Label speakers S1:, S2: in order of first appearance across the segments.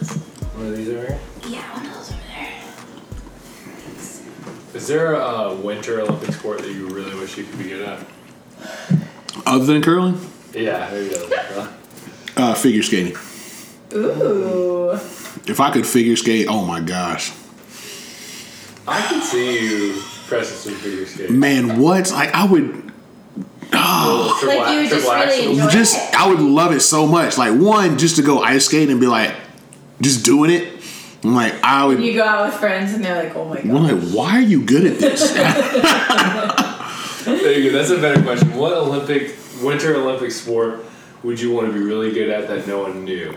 S1: one of these over here?
S2: Yeah, one of those over there.
S3: Is there a uh, winter Olympic sport that you really wish you could be good at?
S4: Other than curling,
S3: Yeah, there you go.
S4: uh, figure skating.
S2: Ooh.
S4: If I could figure skate, oh my gosh,
S3: I can see you pressing some figure skating.
S4: man, what? Like I would Ah.
S3: Little triple
S2: Like you
S3: ax-
S2: just
S3: triple
S2: really
S3: axel.
S2: enjoy- Go
S4: just,
S2: ahead.
S4: I would love it so much. Like one, just to go ice skating and be like, just doing it. I'm like, I would.
S2: You go out with friends and they're like, oh my
S4: I'm
S2: god.
S4: like, why are you good at this?
S3: There you go. That's a better question. What Olympic winter Olympic sport would you want to be really good at that no one knew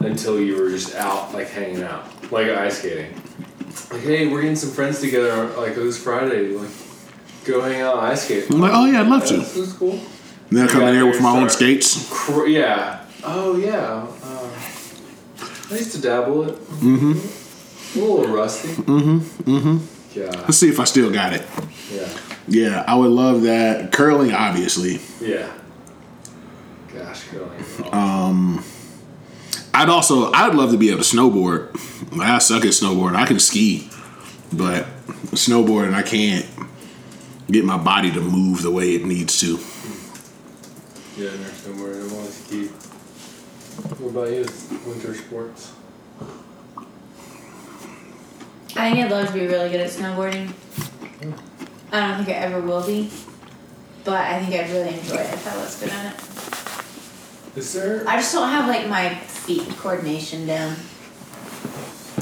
S3: until you were just out like hanging out, like ice skating? Like, hey, we're getting some friends together like this Friday. Like, go hang out and ice skate.
S4: I'm like, oh yeah, I'd love to.
S3: This is cool.
S4: And then I come in here with my own
S3: Sorry.
S4: skates.
S3: Cr- yeah. Oh yeah. Uh, I used to dabble it. Mm-hmm. A little rusty. Mm-hmm. Mm-hmm. Yeah.
S4: Let's see if I still got it.
S3: Yeah.
S4: Yeah, I would love that. Curling, obviously.
S3: Yeah. Gosh, curling.
S4: I'd also, I'd love to be able to snowboard. I suck at snowboarding. I can ski, but snowboarding, I can't get my body to move the way it needs to.
S3: Yeah, no, don't worry. I want to ski. What about you? Winter sports?
S2: I think I'd love to be really good at snowboarding. I don't think I ever will be, but I think I'd really enjoy it if I was good at it.
S3: Is there?
S2: I just don't have like my feet coordination down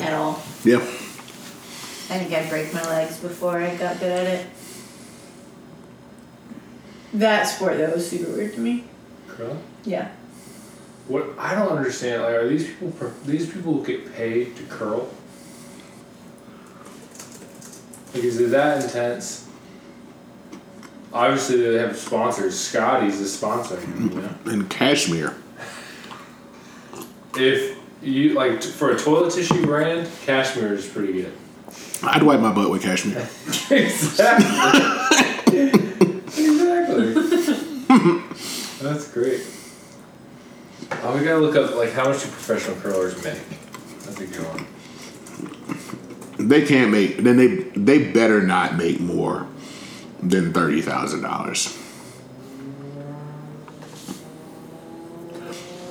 S2: at all.
S4: Yeah.
S2: I think I'd break my legs before I got good at it. That sport though was super weird to me.
S3: curling?
S2: Yeah.
S3: What I don't understand, like, are these people pro- these people get paid to curl? Like, is it that intense? Obviously, they have sponsors. Scotty's is sponsoring. You know?
S4: And cashmere.
S3: If you like t- for a toilet tissue brand, Cashmere is pretty good.
S4: I'd wipe my butt with cashmere.
S3: exactly. exactly. That's great. Oh, we gotta look up like how much do professional curlers make? That's a good one.
S4: They can't make, then they, they better not make more than $30,000.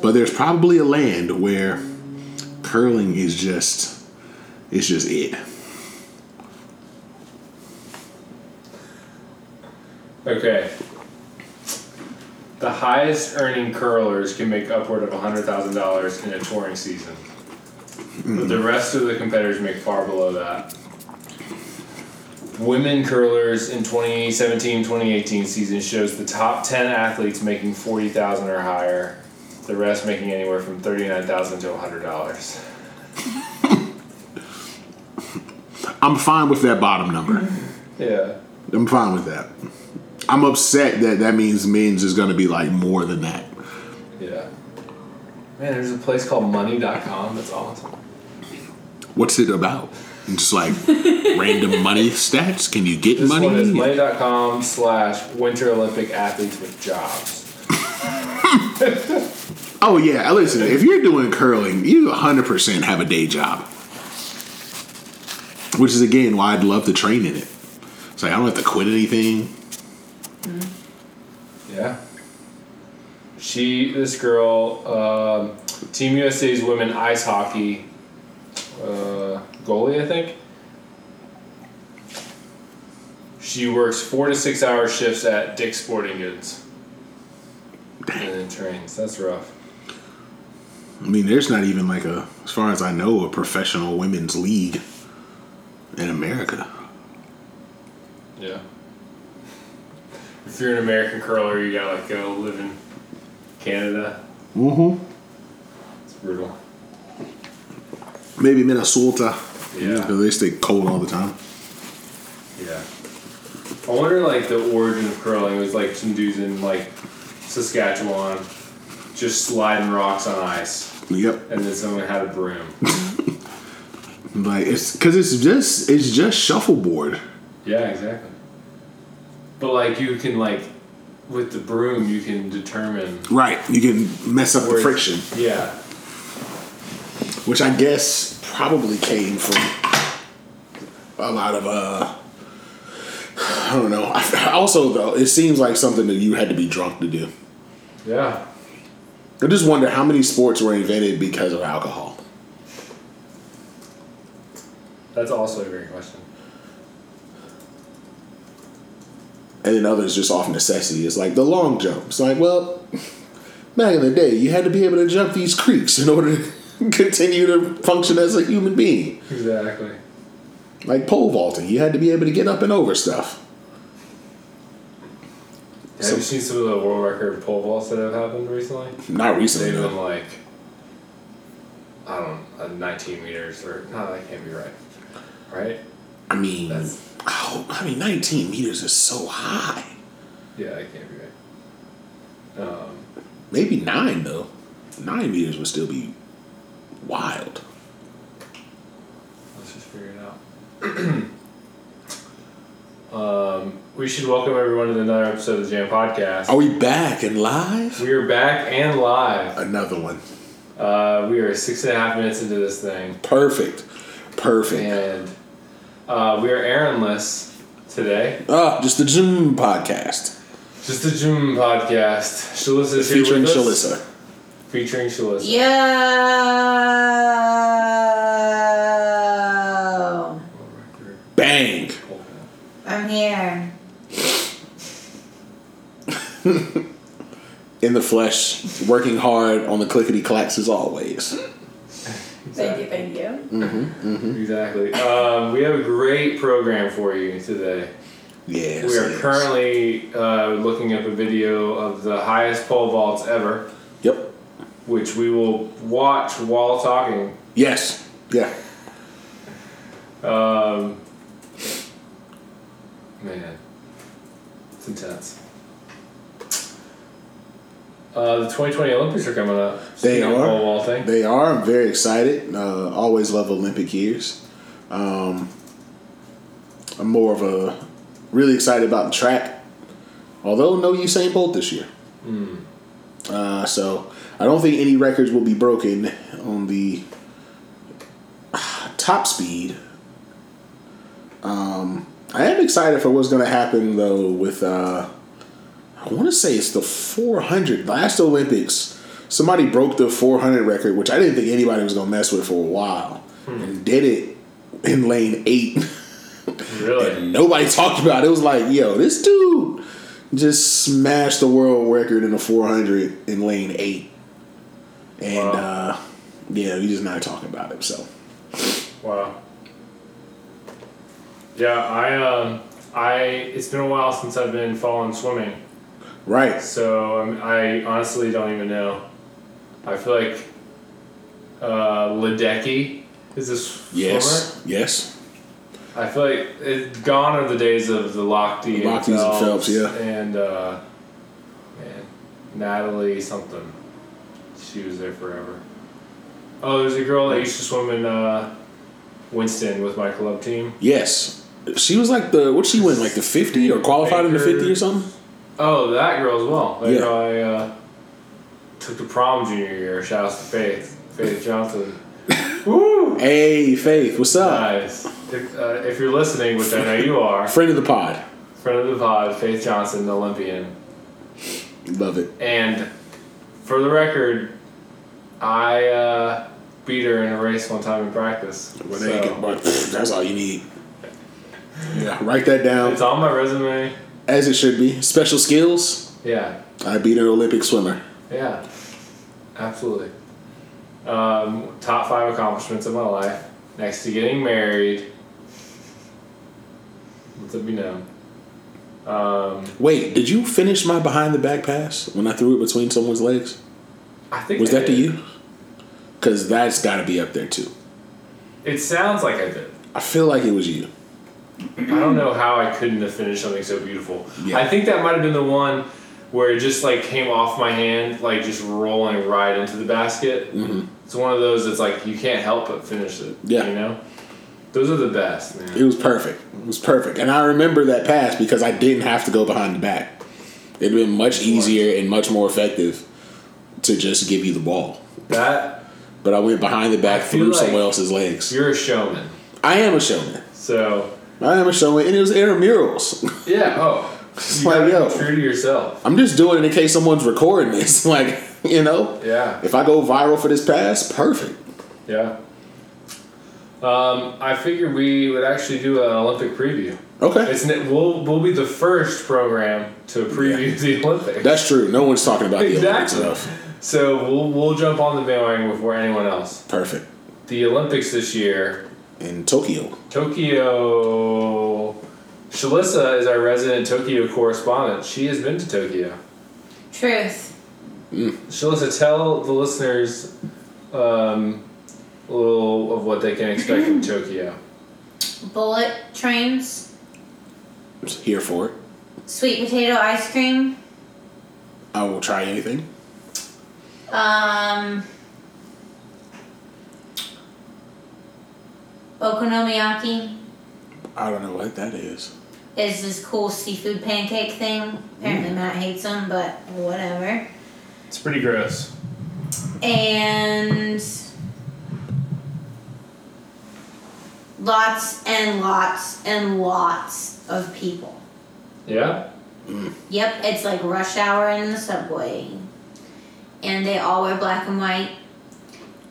S4: But there's probably a land where curling is just, it's just it.
S3: Okay. The highest earning curlers can make upward of hundred thousand dollars in a touring season, but the rest of the competitors make far below that. Women curlers in 2017-2018 season shows the top 10 athletes making 40,000 or higher, the rest making anywhere from 39,000 to $100.
S4: I'm fine with that bottom number.
S3: Yeah.
S4: I'm fine with that. I'm upset that that means men's is going to be like more than that.
S3: Yeah. Man, there's a place called money.com that's awesome.
S4: What's it about? Just like random money stats? Can you get
S3: This
S4: money?
S3: one is money.com slash Winter Olympic athletes with jobs.
S4: Oh yeah, listen. If you're doing curling, you 100% have a day job, which is again why I'd love to train in it. It's like I don't have to quit anything.
S3: Yeah. She, this girl, um, Team USA's women ice hockey uh, goalie, I think. She works four to six hour shifts at Dick's Sporting Goods and then trains. That's rough.
S4: I mean, there's not even like a, as far as I know, a professional women's league in America.
S3: Yeah. If you're an American curler, you gotta like go live in Canada.
S4: Mm-hmm.
S3: It's brutal.
S4: Maybe Minnesota.
S3: Yeah.
S4: because they stay cold all the time.
S3: Yeah. I wonder, like, the origin of curling was like some dudes in like Saskatchewan just sliding rocks on ice,
S4: Yep.
S3: and then someone had a broom.
S4: Like it's because it's just it's just shuffleboard.
S3: yeah, exactly. But like, you can like with the broom, you can determine
S4: Right. You can mess up
S3: where
S4: the friction.
S3: Yeah.
S4: which I guess probably came from a lot of uh I don't know. also though, it seems like something that you had to be drunk to do.
S3: Yeah.
S4: I just wonder how many sports were invented because of alcohol.
S3: That's also a great question.
S4: And then others just off necessity. It's like the long jump. It's like, well, back in the day, you had to be able to jump these creeks in order to continue to function as a human being.
S3: Exactly.
S4: like pole vaulting. You had to be able to get up and over stuff.
S3: Have you seen some of the world record pole vaults that have happened recently?
S4: Not recently,
S3: They've been
S4: no.
S3: like, I don't know, 19 meters or, no, that can't be right. Right?
S4: I mean,
S3: That's-
S4: ow, I mean, 19 meters is so high.
S3: Yeah, that can't be right. Um,
S4: Maybe nine though. Nine meters would still be wild.
S3: Let's just figure it out. um, we should welcome everyone to another episode of the Jam Podcast.
S4: Are we back and live?
S3: We are back and live.
S4: Another one.
S3: Uh, we are six and a half minutes into this thing,
S4: Perfect. Perfect.
S3: and uh, we are errandless today.
S4: Ah, just the Zoom podcast
S3: Just a Zoom podcast. Shalissa is here
S4: featuring
S3: with us.
S4: Shalissa.
S3: Featuring Shalissa.
S2: Yo!
S4: Bang.
S2: I'm here.
S4: In the flesh, working hard on the clickety clacks as always.
S2: Thank you, thank you.
S3: Exactly. Um, we have a great program for you today.
S4: Yes.
S3: We are
S4: yes.
S3: currently uh, looking up a video of the highest pole vaults ever,
S4: Yep.
S3: which we will watch while talking.
S4: Yes. Yeah.
S3: Um, man, it's intense. Uh, the 2020 Olympics are coming up.
S4: They
S3: Speaking of
S4: are.
S3: Pole vault thing.
S4: They are. I'm very excited. Uh, always love Olympic years. Um, I'm more of a really excited about track. Although no Usain Bolt this year, uh, so I don't think any records will be broken on the top speed. Um, I am excited for what's going to happen though with. Uh, I want to say it's the 400 last Olympics. Somebody broke the 400 record, which I didn't think anybody was gonna mess with for a while, and did it in lane eight.
S3: Really?
S4: and nobody talked about it. It was like, yo, this dude just smashed the world record in the 400 in lane eight, and
S3: Wow.
S4: uh, yeah, we just not talking about it. So
S3: Wow. Yeah, I um, I it's been a while since I've been following swimming,
S4: right,
S3: so um, I honestly don't even know. I feel like uh, Ledecky is this swimmer.
S4: yes, yes,
S3: I feel like it, gone are the days of the Lochte,
S4: Lochte's and Phelps, yeah.
S3: and uh, man, Natalie something. She was there forever. Oh, there's a girl that used to swim in uh, Winston with my club team.
S4: yes. She was like the what? She win like the 50 or qualified in the 50 or something.
S3: Oh, that girl as well. That
S4: Yeah.
S3: girl I uh, took to prom junior year. Shouts to Faith, Faith Johnson. Woo!
S4: Hey, Faith, what's up?
S3: Nice. If, uh, if you're listening, which I know you are,
S4: Friend of the pod,
S3: friend of the pod, Faith Johnson, Olympian.
S4: love it.
S3: And for the record, I uh, beat her in a race one time in practice.
S4: When
S3: So,
S4: they get- but that's all you need. Yeah, write that down
S3: it's on my resume.
S4: as it should be. Special skills.
S3: Yeah,
S4: I beat an Olympic swimmer.
S3: yeah, absolutely. Um, top five accomplishments of my life, next to getting married. Let it be known. Um,
S4: Wait, did you finish my behind the back pass when I threw it between someone's legs?
S3: I think
S4: Was
S3: I
S4: that to
S3: did.
S4: you? Because that's got to be up there too.
S3: It sounds like I did.
S4: I feel like it was you.
S3: I don't know how I couldn't have finished something so beautiful.
S4: Yeah.
S3: I think that might have been the one where it just like came off my hand, like just rolling right into the basket. Mm-hmm. It's one of those that's like you can't help but finish it.
S4: Yeah.
S3: You know, those are the best,
S4: It
S3: man.
S4: was perfect. It was perfect. And I remember that pass because I didn't have to go behind the back. It'd been much easier and much more effective to just give you the ball.
S3: That
S4: but I went behind the back
S3: I feel
S4: through
S3: like
S4: someone else's legs.
S3: You're a showman.
S4: I am a showman.
S3: So,
S4: I am a showman, and it was intramurals.
S3: yeah, oh.
S4: It's
S3: You gotta
S4: like, yo.
S3: be true to yourself.
S4: I'm just doing it in case someone's recording this. Like, you know,
S3: Yeah,
S4: if I go viral for this pass, perfect.
S3: yeah. Um, I figured we would actually do an Olympic preview.
S4: Okay,
S3: It's ne- we'll we'll be the first program to preview the Olympics.
S4: that's true. No one's talking about the
S3: exactly.
S4: Olympics enough.
S3: So we'll we'll jump on the bandwagon before anyone else.
S4: Perfect.
S3: The Olympics this year,
S4: In Tokyo,
S3: Tokyo. Shalissa is our resident Tokyo correspondent. She has been to Tokyo.
S2: Truth.
S3: Shalissa, tell the listeners um, a little of what they can expect from Tokyo.
S2: Bullet trains.
S4: I'm just here for it.
S2: Sweet potato ice cream.
S4: I will try anything.
S2: Um. Okonomiyaki
S4: I don't know what that is.
S2: is this cool seafood pancake thing. Apparently, Matt hates them, but whatever.
S3: It's pretty gross.
S2: and lots and lots and lots of people.
S3: Yeah.
S2: Yep, it's like rush hour in the subway, and they all wear black and white.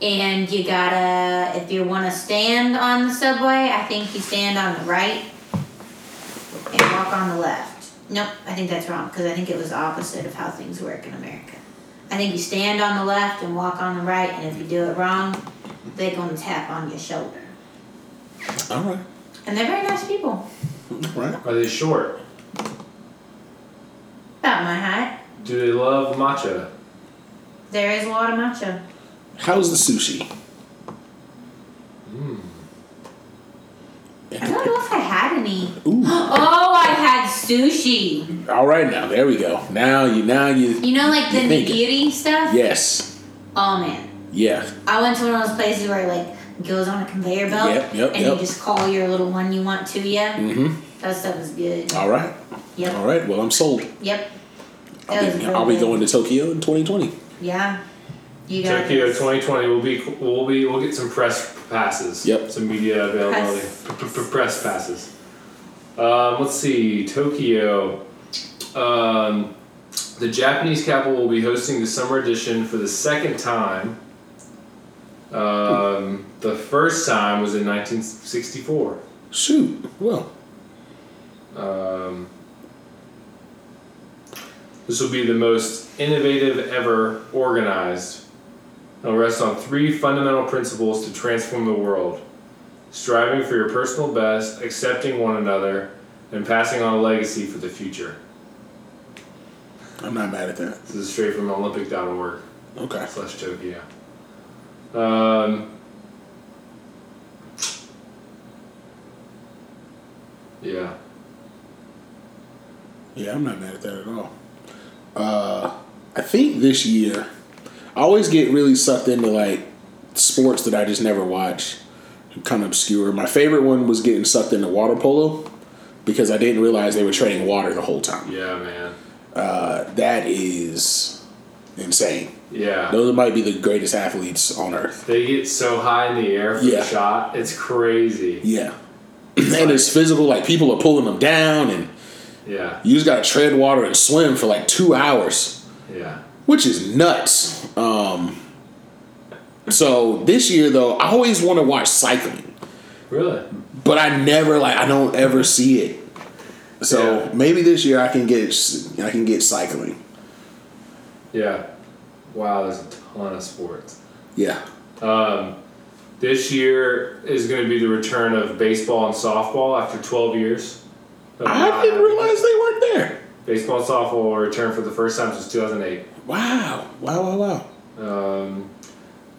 S2: And you gotta, if you want to stand on the subway, I think you stand on the right and walk on the left. Nope, I think that's wrong because I think it was the opposite of how things work in America. I think you stand on the left and walk on the right, and if you do it wrong, they're gonna tap on your shoulder.
S4: All right,
S2: And they're very nice people.
S4: all right.
S3: Are they short?
S2: About my height,
S3: Do they love matcha?
S2: there is a lot of matcha.
S4: How's the sushi?
S2: I don't know if I had any.
S4: Ooh,
S2: Oh, I had sushi.
S4: all right now. There we go. Now you, now you.
S2: You know, like the
S4: You think it.
S2: nigiri stuff?
S4: Yes,
S2: Oh, man.
S4: yeah.
S2: I went to one of those places where, like, it goes on a conveyor belt.
S4: Yep, yep,
S2: And
S4: yep.
S2: you just call your little one you want to you.
S4: Mm-hmm.
S2: That stuff is good.
S4: All right,
S2: Yep.
S4: all right. Well, I'm sold.
S2: Yep. That
S4: I'll
S2: was
S4: be,
S2: really
S4: I'll be
S2: good.
S4: going to Tokyo in 2020.
S2: Yeah. You got
S3: Tokyo
S2: this.
S3: 2020 will be will be we'll get some press passes.
S4: Yep.
S3: Some media availability. P- p- Press passes. Um, let's see Tokyo. Um, the Japanese capital will be hosting the summer edition for the second time. Um, the first time was in 1964.
S4: Shoot. Well,
S3: Um, this will be the most innovative ever organized. It'll rest on three fundamental principles to transform the world striving for your personal best, accepting one another, and passing on a legacy for the future.
S4: I'm not mad at that.
S3: This is straight from Olympic.org
S4: Okay.
S3: slash Tokyo. Um, yeah.
S4: Yeah, I'm not mad at that at all. Uh, I think this year, I always get really sucked into like sports that I just never watch, kind of obscure. My favorite one was getting sucked into water polo because I didn't realize they were trading water the whole time.
S3: Yeah, man.
S4: Uh, that is insane.
S3: Yeah.
S4: Those might be the greatest athletes on earth.
S3: They get so high in the air for
S4: Yeah.
S3: the shot. It's crazy.
S4: Yeah. And it's physical, like people are pulling them down, and
S3: Yeah,
S4: you just gotta tread water and swim for like two hours.
S3: yeah.
S4: which is nuts. Um, so this year though, I always want to watch cycling,
S3: Really?
S4: but I never like I don't ever see it. So
S3: Yeah.
S4: maybe this year I can get I can get cycling.
S3: Yeah. Wow, there's a ton of sports.
S4: Yeah.
S3: Um, this year is going to be the return of baseball and softball after 12 years. of
S4: I
S3: not
S4: didn't
S3: having-
S4: realize they weren't there.
S3: Baseball and softball will return for the first time since 2008.
S4: Wow. Wow, wow, wow.
S3: Um,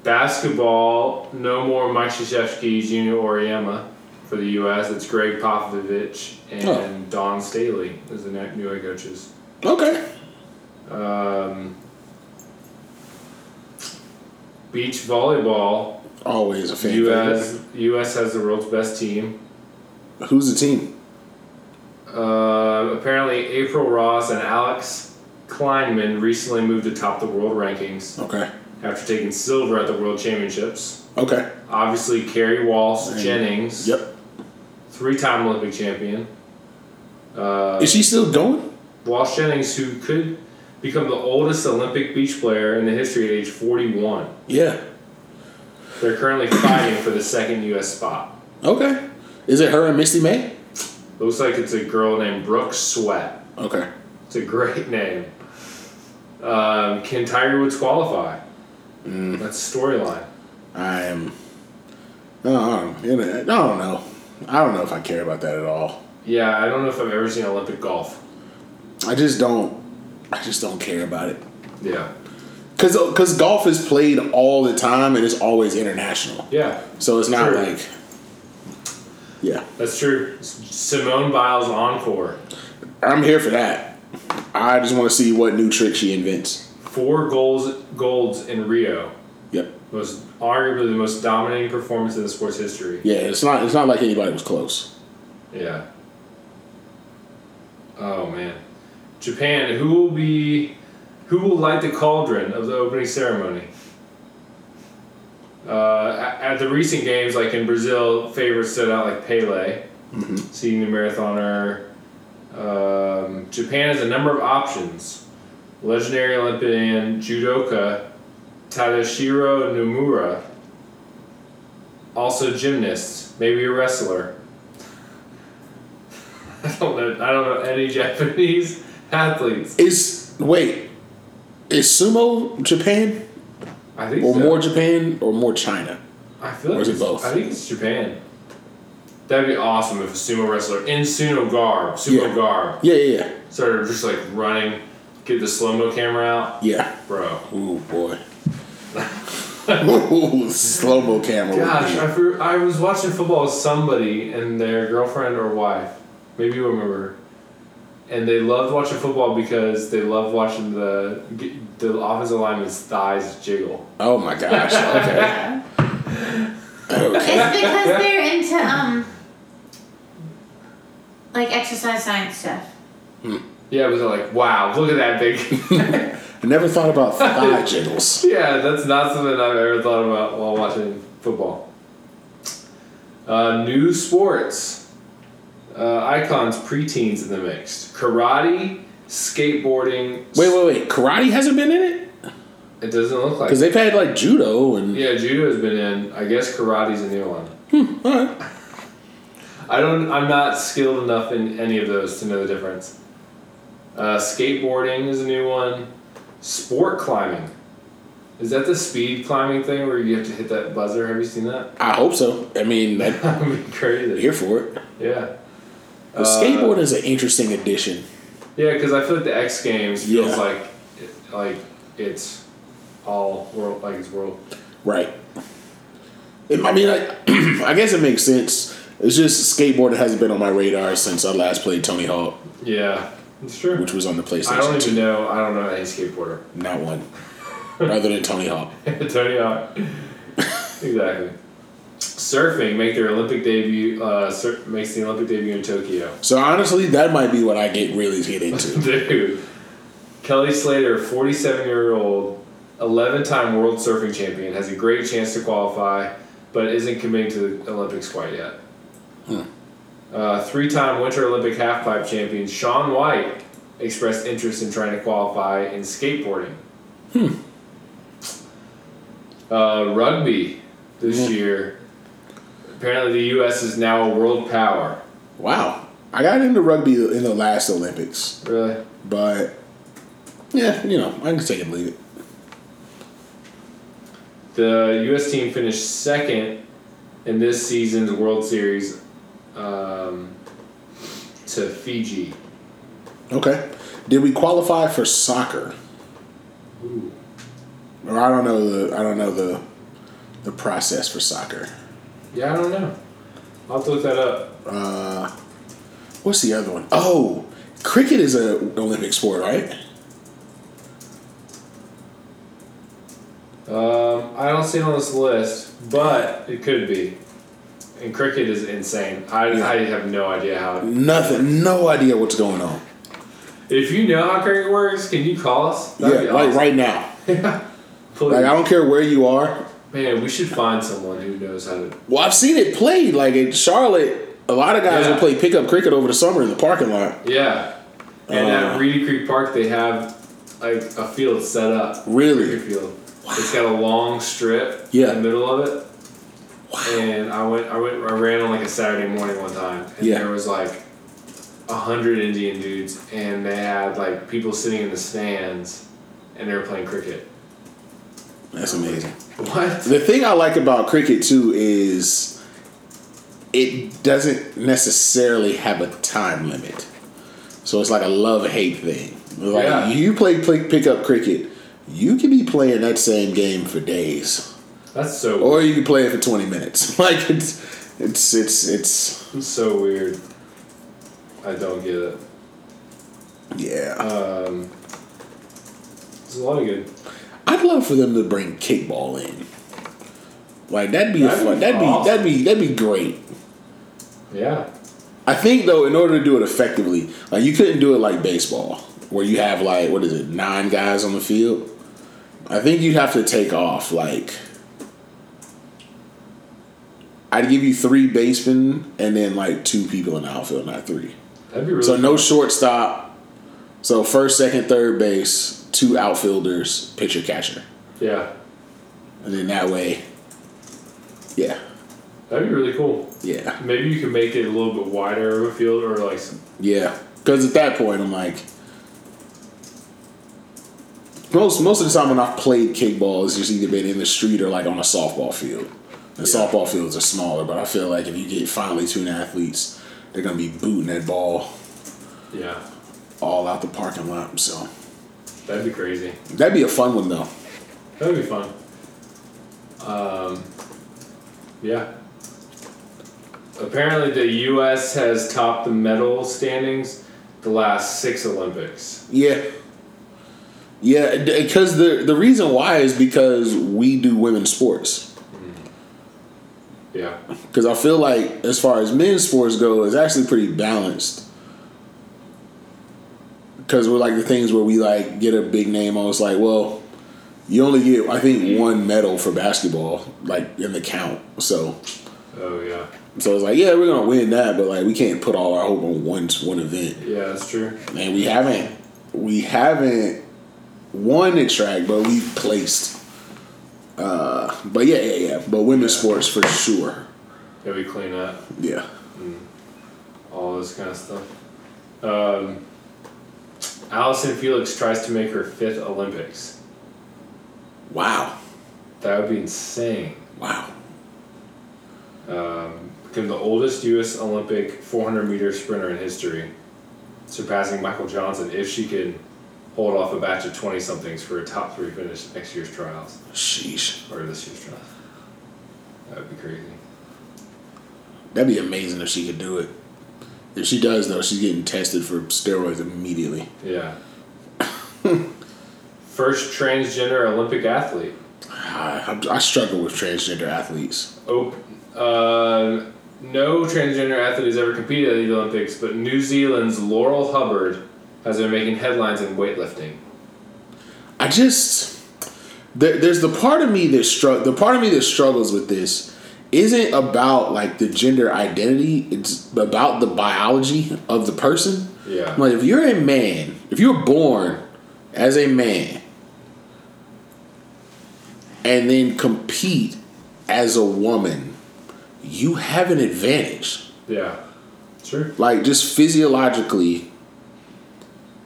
S3: basketball, no more Mike Krzyzewski, Junior Oriema for the U.S. It's Greg Popovich and
S4: Oh.
S3: Don Staley as the ne- new head coaches.
S4: Okay.
S3: Um, beach volleyball.
S4: Always a fan.
S3: U.S. U.S. has the world's best team.
S4: favorite. Who's the team?
S3: Uh, apparently, April Ross and Alex Kleinman recently moved to top the world rankings,
S4: Okay.
S3: after taking silver at the World Championships.
S4: Okay.
S3: Obviously, Kerry Walsh
S4: And-
S3: Jennings,
S4: Yep.
S3: three-time Olympic champion. Uh,
S4: Is she still going?
S3: Walsh Jennings, who could become the oldest Olympic beach player in the history at age 41.
S4: Yeah.
S3: They're currently fighting for the second U.S. spot.
S4: Okay. Is it her and Misty May?
S3: Looks like it's a girl named Brooke Sweat.
S4: Okay.
S3: It's a great name. Um, can Tiger Woods qualify? That's a storyline.
S4: I am. No, I don't, you know, I don't know. I don't know if I care about that at all.
S3: Yeah, I don't know if I've ever seen Olympic golf.
S4: I just don't. I just don't care about it.
S3: Yeah.
S4: Cause, Cause, golf is played all the time and it's always international.
S3: Yeah,
S4: So it's not
S3: True.
S4: like. Yeah,
S3: that's true. S- Simone Biles Encore.
S4: I'm here for that. I just want to see what new trick she invents.
S3: Four goals, golds in Rio.
S4: Yep.
S3: Most arguably the most dominating performance in the sport's history.
S4: Yeah, it's not. It's not like anybody was close.
S3: Yeah. Oh man, Japan. Who will be, who will light the cauldron of the opening ceremony? Uh, at, at the recent games, like in Brazil, favorites stood out like Pele, seeing the marathoner. Um, Japan has a number of options. Legendary Olympian judoka Tadashiro Nomura, also gymnast, maybe a wrestler. I don't know. I don't know any Japanese athletes.
S4: Is wait, is sumo Japan
S3: I think
S4: or
S3: so.
S4: more Japan or more China?
S3: I feel like
S4: or is it
S3: it's-
S4: both?
S3: I think it's Japan. That'd be awesome if a sumo wrestler in sumo garb, sumo
S4: Yeah.
S3: garb,
S4: Yeah, yeah, yeah.
S3: started just like running, get the slow mo camera out,
S4: yeah.
S3: bro.
S4: Ooh boy. Ooh, slow mo camera. would
S3: Gosh,
S4: be-
S3: I, for, I was watching football with somebody and their girlfriend or wife, maybe you remember, and they loved watching football because they loved watching the the offensive lineman's thighs jiggle.
S4: Oh my gosh. Okay. okay.
S2: It's because they're into um, like exercise science stuff.
S3: Yeah, but they're like, wow, look at that big.
S4: I never thought about thigh jiggles.
S3: yeah, that's not something I've ever thought about while watching football. Uh, new sports. Uh, icons, preteens in the mix. Karate, skateboarding.
S4: Wait, wait, wait. Karate hasn't been in it
S3: It doesn't look like.
S4: because they've had like judo and
S3: yeah, judo has been in. I guess karate's a new one.
S4: all right.
S3: I don't. I'm not skilled enough in any of those to know the difference. Uh, skateboarding is a new one. Sport climbing. Is that the speed climbing thing where you have to hit that buzzer? Have you seen that?
S4: I hope so. I mean, I'm
S3: That would be crazy.
S4: here for it.
S3: Yeah. Uh,
S4: But skateboard is an interesting addition.
S3: Yeah, because I feel like the X Games feels
S4: Yeah.
S3: like, it, like it's all world, like it's world.
S4: Right. It, I mean, I, I guess it makes sense. It's just skateboarding hasn't been on my radar since I last played Tony Hawk,
S3: Yeah, it's true.
S4: which was on the
S3: I don't
S4: PlayStation
S3: even
S4: 2.
S3: know. I don't know any skateboarder.
S4: Not one. Other than Tony Hawk.
S3: Tony Hawk. exactly. Surfing make their Olympic debut. Uh, sur- makes the Olympic debut in Tokyo.
S4: So honestly, that might be what I get really get into.
S3: Dude, Kelly Slater, forty-seven year old, eleven-time world surfing champion, has a great chance to qualify, but isn't committing to the Olympics quite yet. Uh, three-time Winter Olympic halfpipe champion Sean White expressed interest in trying to qualify in skateboarding. Uh, rugby this year. Apparently, the U.S. is now a world power.
S4: Wow. I got into rugby in the last Olympics,
S3: Really?
S4: but yeah, you know, I can take it and leave it.
S3: The U.S. team finished second in this season's World Series um, to Fiji.
S4: Okay. Did we qualify for soccer?
S3: Ooh.
S4: Or I don't know the I don't know the the process for soccer.
S3: Yeah, I don't know. I'll have to look that up.
S4: Uh, what's the other one? Oh, cricket is a Olympic sport, right?
S3: Um, I don't see it on this list, but it could be. And cricket is insane. I, I have no idea how.
S4: Nothing. No idea what's going on.
S3: If you know how cricket works, can you call us?
S4: yeah, like right now.
S3: Please.
S4: Like I don't care where you are.
S3: Man, we should find someone who knows how to.
S4: Well, I've seen it played. Like in Charlotte, a lot of guys
S3: Yeah.
S4: will play pickup cricket over the summer in the parking lot.
S3: Yeah. And
S4: Uh.
S3: at Reedy Creek Park, they have like a field set up.
S4: Really?
S3: Cricket field. It's got a long strip
S4: Yeah.
S3: in the middle of it. And I went, I went, I ran on like a Saturday morning one time, and
S4: Yeah.
S3: there was like a hundred Indian dudes, and they had like people sitting in the stands, and they were playing cricket.
S4: That's amazing.
S3: What?
S4: The thing I like about cricket too is it doesn't necessarily have a time limit. So it's like a love hate thing. Like
S3: Yeah.
S4: you play, play pick up cricket, you can be playing that same game for days,
S3: That's so
S4: or you can play it for twenty minutes. Like it's it's it's it's
S3: so weird. I don't get it.
S4: yeah.
S3: Um, there's a lot of good.
S4: I'd love for them to bring kickball in. Like that'd be a
S3: That'd
S4: fun.
S3: be
S4: That'd be
S3: awesome.
S4: that'd be that'd be great.
S3: Yeah.
S4: I think though, in order to do it effectively, like you couldn't do it like baseball, where you have like what is it, nine guys on the field. I think you'd have to take off like. I'd give you three basemen and then like two people in the outfield, not three.
S3: That'd be really
S4: So no shortstop. So first, second, third base, two outfielders, pitcher, catcher,
S3: Yeah.
S4: and then that way. Yeah,
S3: That'd be really cool.
S4: yeah.
S3: Maybe you could make it a little bit wider of a field or like some,
S4: Yeah, because at that point I'm like, most most of the time when I've played kickball, it's just either been in the street or like on a softball field. And softball fields are smaller, but I feel like if you get finally two athletes, they're gonna be booting that ball
S3: yeah.
S4: all out the parking lot. So
S3: That'd be crazy.
S4: that'd be a fun one though.
S3: That'd be fun. Um, yeah. Apparently, the U.S. has topped the medal standings the last six Olympics.
S4: Yeah. Yeah, because the the reason why is because we do women's sports.
S3: Yeah.
S4: Because I feel like, as far as men's sports go, it's actually pretty balanced. Because we're like the things where we like get a big name. I was like, well, you only get I think one medal for basketball, like in the count. So,
S3: Oh yeah.
S4: so it's like, yeah, we're gonna win that, but like we can't put all our hope on one one event.
S3: Yeah, that's true.
S4: And we haven't, we haven't won the track, but we placed. Uh, but yeah, yeah, yeah. But women's sports for sure.
S3: Yeah, we clean up.
S4: Yeah.
S3: all this kind of stuff. Um, Allison Felix tries to make her fifth Olympics.
S4: Wow.
S3: That would be insane.
S4: Wow.
S3: Um, become the oldest U.S. Olympic 400 meter sprinter in history, surpassing Michael Johnson if she can hold off a batch of 20 somethings for a top three finish at next year's trials
S4: Sheesh.
S3: or this year's trials. That would be crazy.
S4: That'd be amazing if she could do it. If she does, though, she's getting tested for steroids immediately.
S3: Yeah. First transgender Olympic athlete.
S4: I, I, I struggle with transgender athletes.
S3: Oh, uh, no transgender athlete has ever competed at the Olympics, but New Zealand's Laurel Hubbard has been making headlines in weightlifting.
S4: I just there, there's the part of me that struck the part of me that struggles with this isn't about like the gender identity. It's about the biology of the person.
S3: Yeah.
S4: Like if you're a man, if you're born as a man and then compete as a woman, you have an advantage.
S3: Yeah. Sure.
S4: Like just physiologically,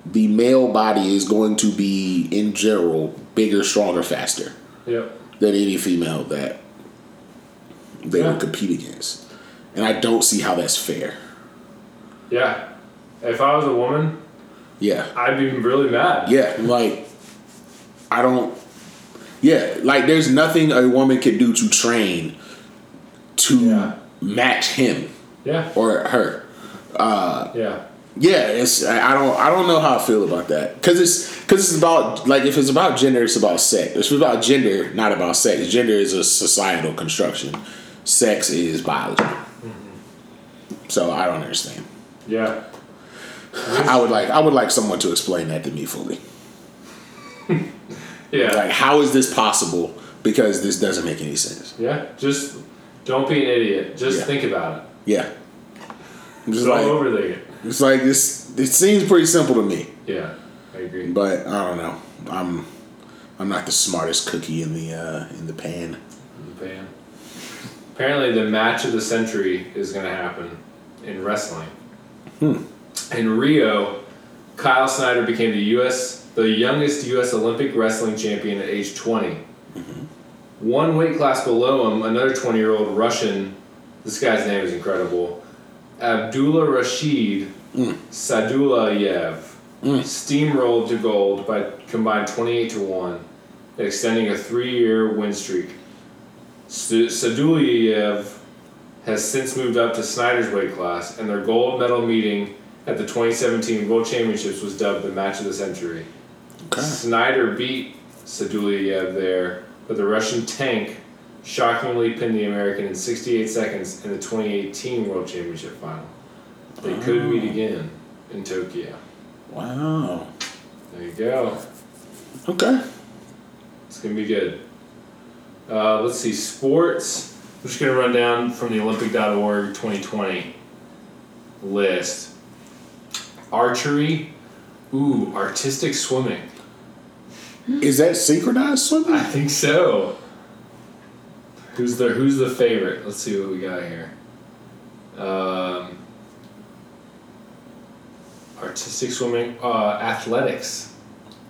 S4: the male body is going to be in general bigger, stronger, faster
S3: Yep.
S4: than any female that they
S3: Yeah.
S4: would compete against. And I don't see how that's fair.
S3: Yeah. If I was a woman,
S4: Yeah.
S3: I'd be really mad.
S4: Yeah, like I don't. Yeah, like there's nothing a woman can do to train to
S3: Yeah.
S4: match him
S3: Yeah.
S4: or her.
S3: Yeah.
S4: Yeah, it's I I don't I don't know how I feel about that because it's because it's about like if it's about gender, it's about sex. If it's about gender, not about sex. Gender is a societal construction. Sex is biology. So I don't understand.
S3: Yeah.
S4: I would like I would like someone to explain that to me fully.
S3: Yeah.
S4: Like, how is this possible? Because this doesn't make any sense.
S3: Yeah. Just don't be an idiot. Just
S4: Yeah.
S3: think about it.
S4: Yeah. I'm just
S3: Don't
S4: like,
S3: overthink it.
S4: it's like this. It seems pretty simple to me,
S3: Yeah. I agree.
S4: but I don't know. I'm, I'm not the smartest cookie in the uh, in the pan.
S3: Bam. Apparently, the match of the century is going to happen in wrestling. In Rio, Kyle Snyder became the U.S. the youngest U.S. Olympic wrestling champion at age 20. One weight class below him, another 20-year-old Russian. This guy's name is incredible. Abdullah Rashid Sadullayev steamrolled to gold by combined 28 to one, extending a three-year win streak. Su- Saduliyev has since moved up to Snyder's weight class, and their gold medal meeting at the 2017 World Championships was dubbed the match of the century. Snyder beat Saduliyev there, but the Russian tank shockingly pinned the American in 68 seconds in the 2018 World Championship final. They could meet again in Tokyo.
S4: Wow.
S3: There you go.
S4: Okay.
S3: It's gonna be good. Uh, let's see, sports. I'm just gonna run down from the Olympic.org 2020 list. Archery, ooh, artistic swimming.
S4: Hmm. Is that synchronized
S3: I
S4: swimming?
S3: think so. Who's the Who's the favorite? Let's see what we got here. Um, artistic swimming, uh, athletics,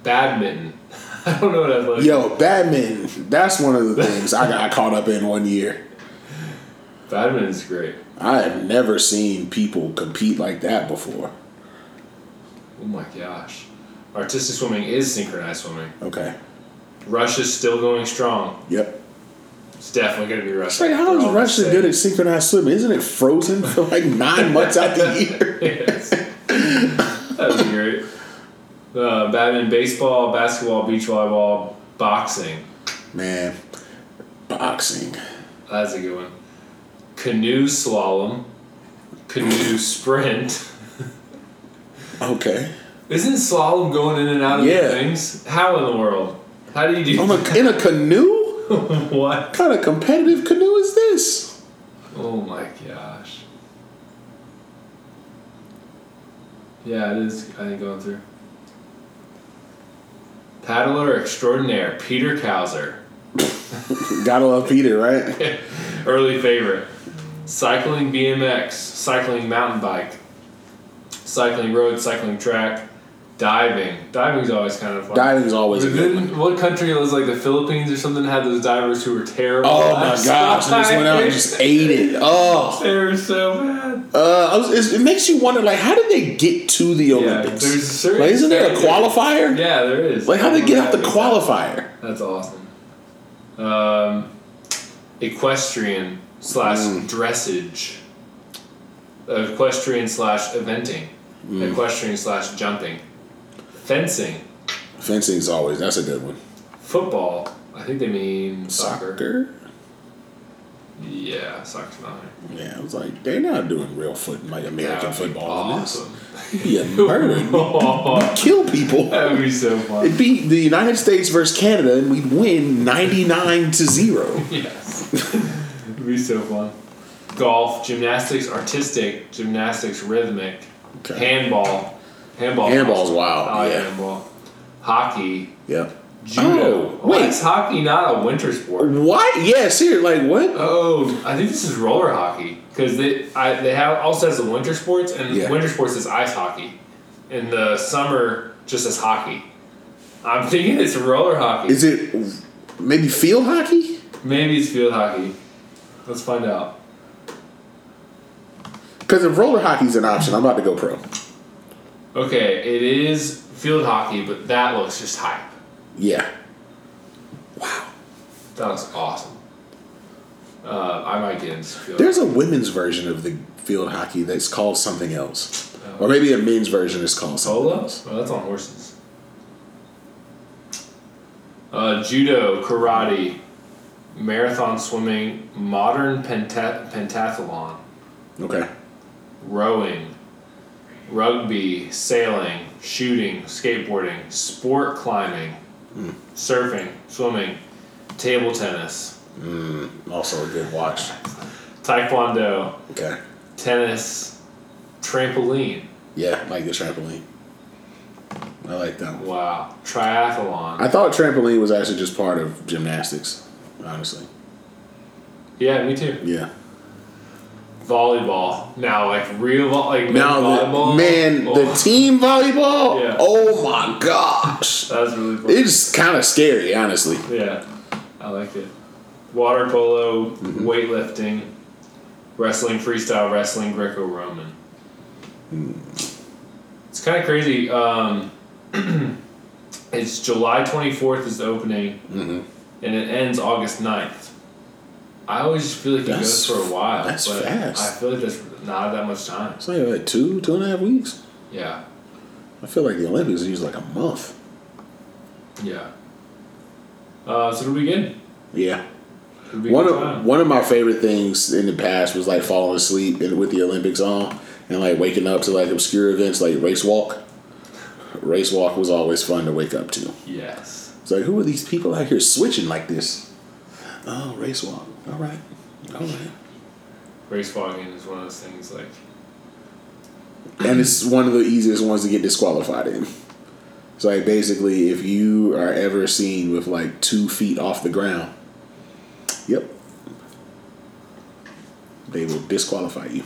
S3: badminton. I don't know what athletics.
S4: Yo, badminton. That's one of the things I got caught up in one year.
S3: Badminton's great.
S4: I have never seen people compete like that before.
S3: Oh my gosh. Artistic swimming is synchronized swimming.
S4: Okay.
S3: Russia's still going strong.
S4: Yep.
S3: It's definitely going to be Russia.
S4: It's like, how
S3: They're
S4: is
S3: all
S4: Russia
S3: the
S4: good at synchronized swimming? Isn't it frozen for like nine months out the year?
S3: same. Yes. That'd be great. Uh, badminton, baseball, basketball, beach volleyball, boxing.
S4: Man, boxing.
S3: That's a good one. Canoe slalom, canoe sprint.
S4: Okay.
S3: Isn't slalom going in and out of
S4: Yeah.
S3: the things? How in the world? How do you do
S4: On a, in a canoe? What
S3: what?
S4: kind of competitive canoe is this?
S3: Oh my gosh. Yeah, it is. I think going through. Paddler extraordinaire Peter Kauser,
S4: Gotta love Peter, right?
S3: early favorite. Cycling BMX, cycling mountain bike, cycling road, cycling track, diving. Diving's always kind of fun.
S4: Diving's always a good one.
S3: Didn't- What country it was like the Philippines or something had those divers who were terrible?
S4: Oh
S3: at
S4: my gosh, I just went out and just ate it. Oh,
S3: They were so bad.
S4: uh, I was, it's- it makes you wonder, like, how did they get to the Olympics?
S3: there's a certain
S4: like, isn't there a
S3: standard.
S4: qualifier?
S3: Yeah, there is.
S4: Like, how did they get out the qualifier?
S3: That's awesome. Um, equestrian slash
S4: Mm.
S3: dressage. Equestrian slash eventing.
S4: Mm.
S3: Equestrian slash jumping. Fencing.
S4: Fencing's always that's a good one.
S3: Football. I think they mean soccer.
S4: Soccer.
S3: Yeah, soccer's not here.
S4: Yeah, I was like, they're not doing real foot like American
S3: That would be
S4: football. in this.
S3: Awesome.
S4: It'd be a murder. Kill people.
S3: that would be so fun.
S4: It'd be the United States versus Canada, and we'd win ninety nine to zero.
S3: Yes. It'd be so fun. Golf, gymnastics, artistic, gymnastics, rhythmic,
S4: Okay.
S3: handball. Handball.
S4: Handball's wild,
S3: I like
S4: yeah.
S3: handball. Hockey,
S4: Yep.
S3: judo.
S4: Oh,
S3: Why
S4: wait. Oh.
S3: is hockey not a winter sport?
S4: What? Yeah, seriously, like what?
S3: Oh, I think this is roller hockey because they I, they have also has the winter sports and
S4: Yeah.
S3: winter sports is ice hockey, and the summer just as hockey. I'm thinking it's roller hockey.
S4: Is it maybe field hockey?
S3: Maybe it's field hockey. Let's find out.
S4: Because if roller hockey's an option, I'm about to go pro.
S3: Okay, it is field hockey, but that looks just hype.
S4: Yeah.
S3: That looks awesome. Uh, I might get into field.
S4: There's a women's version of the field hockey that's called something else. Or maybe a men's version is called something
S3: solo.
S4: else.
S3: Oh, that's on horses. Uh, judo, karate, marathon swimming, modern penta- pentathlon,
S4: Okay.
S3: rowing, rugby, sailing, shooting, skateboarding, sport climbing, surfing, swimming, table tennis,
S4: Also a good watch.
S3: taekwondo,
S4: Okay.
S3: tennis, trampoline.
S4: Yeah, like the trampoline. I like that one.
S3: Wow, triathlon.
S4: I thought trampoline was actually just part of gymnastics, honestly.
S3: yeah, me too.
S4: Yeah.
S3: Volleyball. Now, like real vo- like
S4: Now, the,
S3: volleyball.
S4: man, the
S3: oh,
S4: team volleyball.
S3: Yeah.
S4: Oh my gosh,
S3: Oh, that was really. Fun.
S4: it's kind of scary, honestly.
S3: Yeah, I liked it. Water polo,
S4: Mm-hmm.
S3: weightlifting, wrestling, freestyle wrestling, Greco Roman. It's kind of crazy. Um, it's July 24th is the opening,
S4: Mhm.
S3: and it ends August 9th. I always just feel like it
S4: That's-
S3: goes for a while,
S4: that's
S3: but
S4: fast.
S3: I feel like there's not that much time.
S4: It's like what, two, two and a half weeks.
S3: Yeah,
S4: I feel like the Olympics is usually like a month.
S3: yeah. Uh, so it'll be good.
S4: Yeah.
S3: It'll be
S4: One
S3: good time.
S4: of one of my favorite things in the past was like falling asleep in- with the Olympics on, and like waking up to like obscure events like race walk. Race walk was always fun to wake up to.
S3: yes.
S4: It's like, who are these people out here switching like this? Oh, race walk. All right, all right.
S3: Race walking is one of those things like
S4: and it's one of the easiest ones to get disqualified in. So like basically, if you are ever seen with like two feet off the ground, yep, they will disqualify you.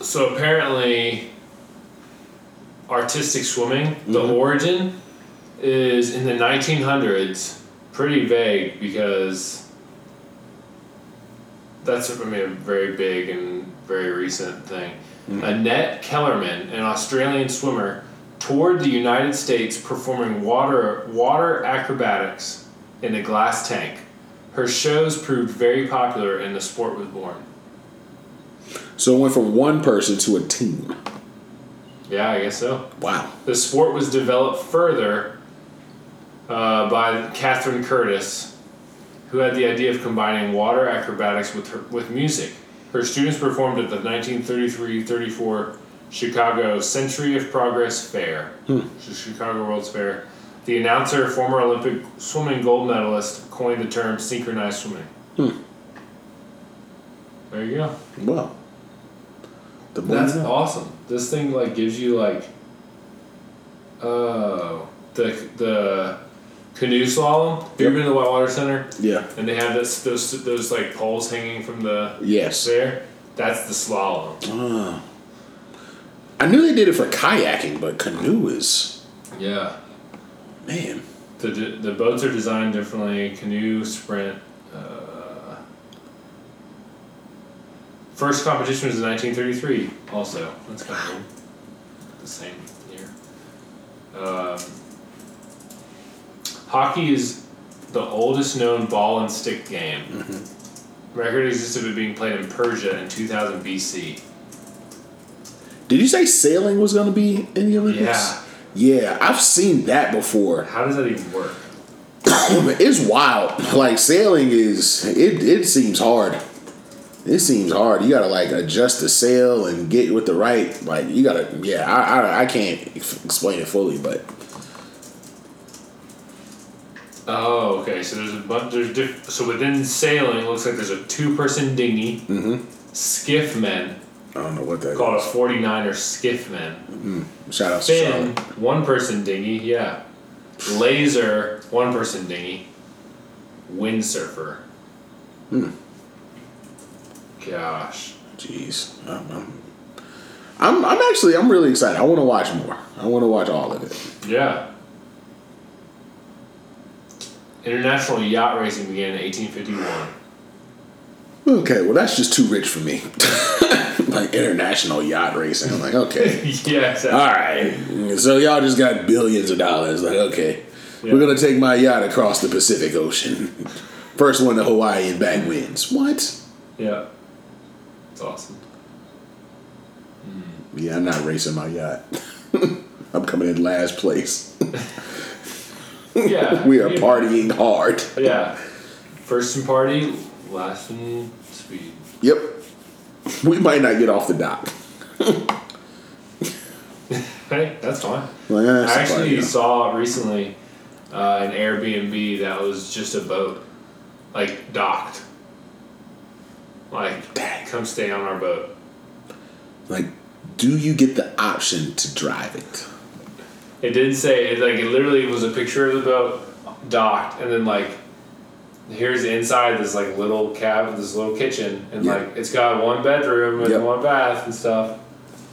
S3: So apparently, artistic swimming, the
S4: Mhm.
S3: origin is in the 1900s. Pretty vague because that's I mean, a very big and very recent thing. Annette Kellerman, an Australian swimmer, toured the United States performing water water acrobatics in a glass tank. Her shows proved very popular, and the sport was born.
S4: So it went from one person to a team.
S3: Yeah, I guess so.
S4: Wow.
S3: The sport was developed further uh, by Catherine Curtis, who had the idea of combining water acrobatics with her, with music. Her students performed at the 1933-34 Chicago Century of Progress Fair, Ch- Chicago World's Fair. The announcer, former Olympic swimming gold medalist, coined the term synchronized swimming. There you go.
S4: Wow. The more
S3: That's
S4: you know.
S3: awesome. This thing like gives you like oh the the canoe slalom. Have you ever been to the Whitewater Center?
S4: Yeah.
S3: And they have this those those like poles hanging from the
S4: Yes.
S3: there. That's the slalom.
S4: Ah. I knew they did it for kayaking, but canoe is
S3: Yeah.
S4: man.
S3: The d- the boats are designed differently. Canoe sprint. uh, First competition was in 1933. Also, that's kind of weird. the same year. Um, hockey is the oldest known ball and stick game. Record exists of it being played in Persia in 2000 BC.
S4: Did you say sailing was going to be in the Olympics?
S3: Yeah.
S4: Yeah, I've seen that before.
S3: How does that even work?
S4: it's wild. Like sailing is it it seems hard. It seems hard. You gotta like adjust the sail and get with the right. Like you gotta yeah. I I, I can't ex- explain it fully, but
S3: Oh, okay. So there's a bunch. There's diff- so within sailing, it looks like there's a two-person dinghy,
S4: Mm-hmm.
S3: skiff men
S4: I don't know what that.
S3: called a 49er skiff men,
S4: Shout out to
S3: fin
S4: Charlotte.
S3: one-person dinghy, yeah, laser one-person dinghy, windsurfer.
S4: Hmm.
S3: Gosh,
S4: Jeez, I'm, I'm, I'm I'm actually I'm really excited. I want to watch more. I want to watch all of it.
S3: yeah. International yacht racing began in 1851.
S4: Okay, well that's just too rich for me. like international yacht racing. I'm like okay.
S3: yeah, exactly.
S4: All right. So y'all just got billions of dollars. Like, okay,
S3: Yeah.
S4: we're gonna take my yacht across the Pacific Ocean. First one to Hawaii and back wins. What?
S3: Yeah, it's awesome.
S4: Yeah, I'm not racing my yacht. I'm coming in last place.
S3: Yeah,
S4: We are
S3: you-
S4: partying hard.
S3: Yeah. First in party, last in speed.
S4: Yep. We might not get off the dock.
S3: Hey, that's fine.
S4: Well, that's
S3: I
S4: a
S3: actually
S4: party, huh?
S3: saw recently uh, an Airbnb that was just a boat, like docked. Like,
S4: Dang.
S3: come stay on our boat.
S4: Like, do you get the option to drive it?
S3: It didn't say it. Like, it literally was a picture of the boat docked, and then like, here's inside this like little cab, this little kitchen, and
S4: Yeah.
S3: like it's got one bedroom and
S4: Yep.
S3: one bath and stuff.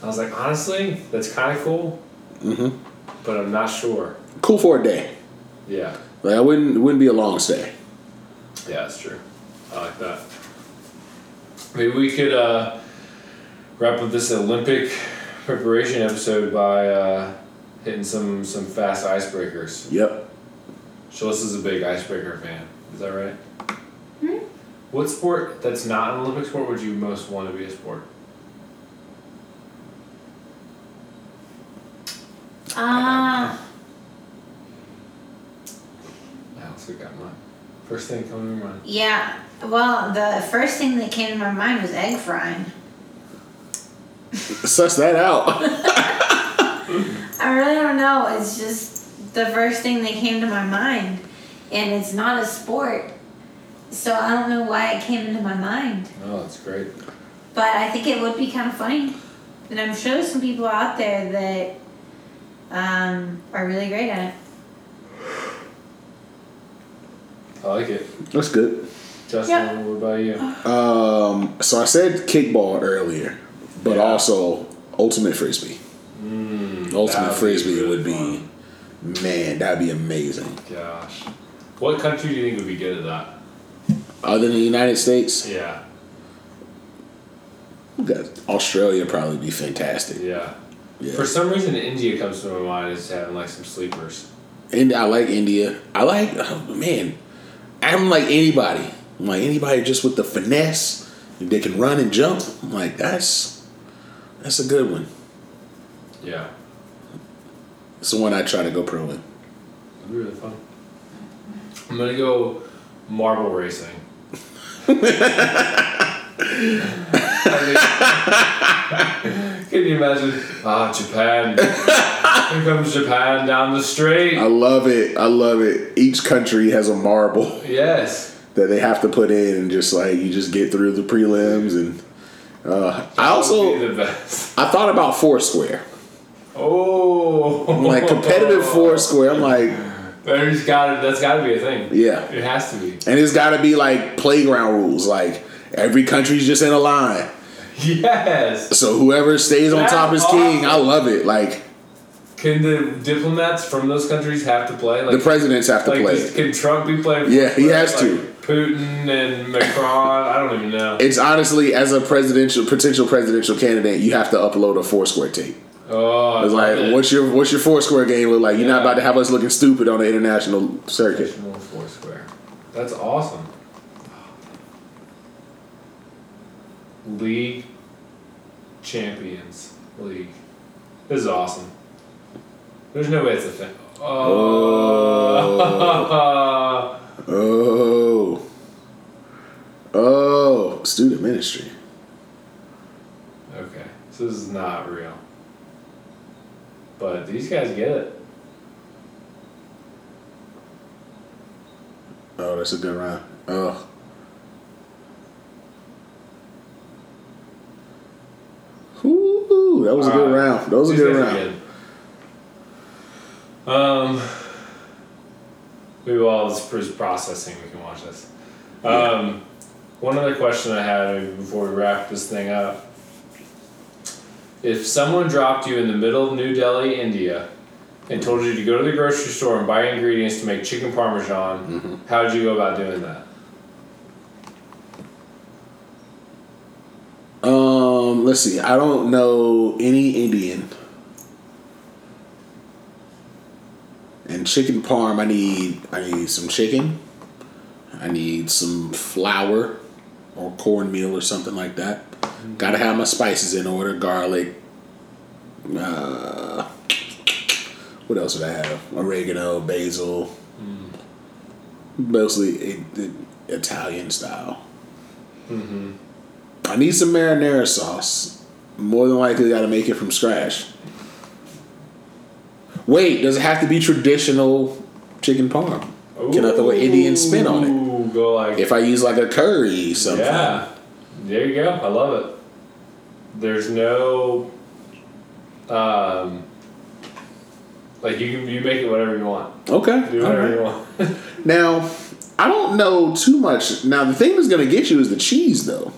S3: I was like, honestly, that's kind of cool,
S4: Mm-hmm.
S3: but I'm not sure.
S4: Cool for a day.
S3: Yeah,
S4: Like, I wouldn't it wouldn't be a long stay.
S3: yeah, that's true. I like that. Maybe we could uh, wrap up this Olympic preparation episode by uh, hitting some some fast icebreakers.
S4: Yep.
S3: Shalissa is a big icebreaker fan. Is that right? What sport that's not an Olympic sport would you most want to be a sport?
S2: Uh,
S3: I also got mine. First thing coming to mind.
S2: yeah. Well, the first thing that came to my mind was egg frying.
S4: Suss that out.
S2: I really don't know. It's just the first thing that came to my mind, and it's not a sport, so I don't know why it came into my mind.
S3: Oh, that's great.
S2: But I think it would be kind of funny, and I'm sure there's some people out there that um, are really great at it.
S3: I like it.
S4: That's good.
S3: Justin,
S2: Yeah.
S3: what about
S4: Uh.
S3: you?
S4: Um, so I said kickball earlier, but
S3: Yeah.
S4: also ultimate frisbee.
S3: Mm,
S4: Ultimate frisbee
S3: really
S4: would be
S3: fun.
S4: man, that'd be amazing.
S3: Gosh. What country do you think would be good at that?
S4: Other than the United States,
S3: Yeah.
S4: we got Australia probably be fantastic.
S3: Yeah.
S4: Yeah.
S3: For some reason, India comes to my mind as having like some sleepers.
S4: And I like India. I like oh, man. I'm like anybody. I'm like anybody just with the finesse. If they can run and jump, I'm like that's that's a good one.
S3: Yeah.
S4: It's the one I try to go pro in.
S3: That'd be really fun. I'm gonna go marble racing. I mean, Can you imagine? Ah, Japan. Here comes Japan down the
S4: I
S3: street.
S4: love it. I love it. Each country has a marble.
S3: Yes.
S4: that they have to put in and just like you just get through the prelims and uh,
S3: That would
S4: I
S3: be
S4: also
S3: the best.
S4: I thought about Foursquare
S3: Oh,
S4: I'm like competitive Foursquare I'm like
S3: There's gotta. That's gotta be a thing.
S4: yeah
S3: It has to be.
S4: and it's got to be like playground rules like every country's just in a line
S3: Yes.
S4: so whoever stays on top is king I love it like
S3: Can the diplomats from those countries have to play? Like,
S4: the presidents have to
S3: Like,
S4: play
S3: does- can Trump be playing?
S4: Yeah, he
S3: like,
S4: has to.
S3: Putin and Macron. I don't even know.
S4: it's honestly as a presidential potential presidential candidate you have to upload a Foursquare tape
S3: Oh, I
S4: it's
S3: love
S4: like
S3: it.
S4: what's your what's your Foursquare game look like you're not
S3: Yeah.
S4: about to have us looking stupid on the international circuit
S3: National Foursquare. That's awesome. League Champions League. This is awesome. There's no way it's a thing. Oh.
S4: Oh. Oh, student ministry.
S3: okay. So this is not real. But these guys get it.
S4: Oh, that's a good round. Oh. Ooh, that was a good
S3: Alright.
S4: round. That was a
S3: These
S4: good
S3: guys are
S4: round.
S3: good. Um, we will all this is processing. We can watch this. Um, one other question I had before we wrap this thing up: If someone dropped you in the middle of New Delhi, India, and told you to go to the grocery store and buy ingredients to make chicken parmesan,
S4: Mm-hmm.
S3: how would you go about doing that?
S4: Um, let's see. I don't know any Indian. And chicken parm, I need I need some chicken. I need some flour or cornmeal or something like that. Gotta have my spices in order, garlic. Uh, what else would I have? Oregano, basil. Mostly it, it, Italian style.
S3: Mm-hmm.
S4: I need some marinara sauce. More than likely, got to make it from scratch. Wait, does it have to be traditional chicken parm. Can I throw an Indian spin on it?
S3: Ooh, Go like
S4: If I use like a curry, something.
S3: Yeah. There you go. I love it. There's no um like you can you make it whatever you want.
S4: Okay.
S3: Do
S4: all
S3: whatever
S4: right.
S3: you want.
S4: Now, I don't know too much. Now, the thing that's going to get you is the cheese, though.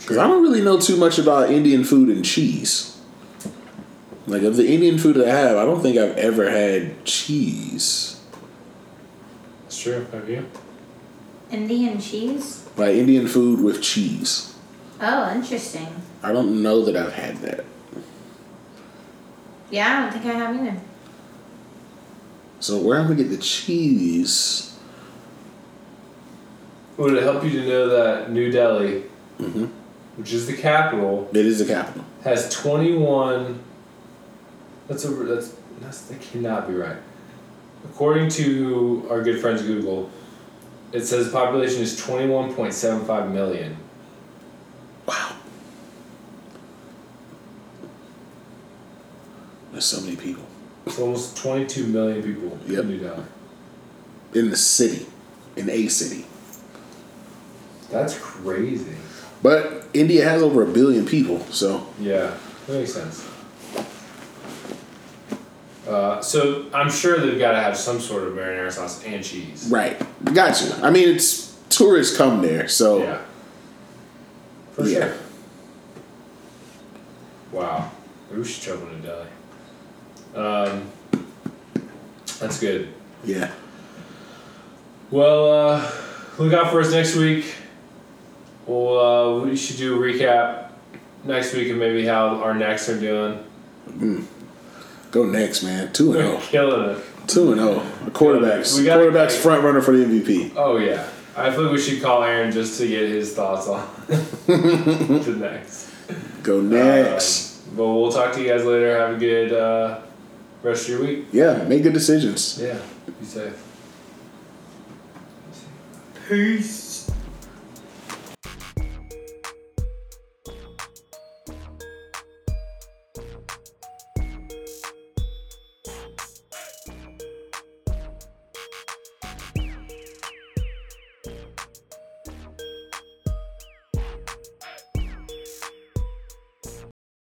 S4: Because I don't really know too much about Indian food and cheese. Like, of the Indian food that I have, I don't think I've ever had cheese.
S3: It's true. Have you?
S2: Indian cheese?
S4: Like, Indian food with cheese.
S2: Oh, interesting.
S4: I don't know that I've had that.
S2: Yeah, I don't think I have either.
S4: So, where am I going to get the cheese?
S3: Would it help you to know that New Delhi, Mm-hmm.
S4: Mhm.
S3: which is the capital,
S4: It is the capital.
S3: has 21 that's a that's, that's that cannot be right according to our good friends google it says population is 21.75 million
S4: Wow. There's so many people.
S3: it's almost 22 million people
S4: Yep.
S3: in new delhi
S4: In the city. In a city.
S3: that's crazy
S4: But India has over a billion people, so
S3: yeah that makes sense uh, so i'm sure they've got to have some sort of marinara sauce and cheese
S4: right, gotcha. I mean, it's tourists come there, so
S3: Yeah. For
S4: Yeah.
S3: sure. Wow. Maybe we should jump in Delhi. Um, that's good.
S4: yeah.
S3: Well, uh, look out for us next week. We'll, uh, we should do a recap next week and maybe how our necks are doing.
S4: Go next, man. Two and
S3: We're
S4: zero,
S3: killing it.
S4: two and zero. A quarterbacks,
S3: We gotta-
S4: quarterbacks, front runner for the MVP.
S3: Oh, yeah. I think we should call Aaron just to get his thoughts on the next. Uh,
S4: Go next.
S3: Um, but we'll talk to you guys later. Have a good uh, rest of your week.
S4: yeah, make good decisions.
S3: Yeah, be safe. Peace.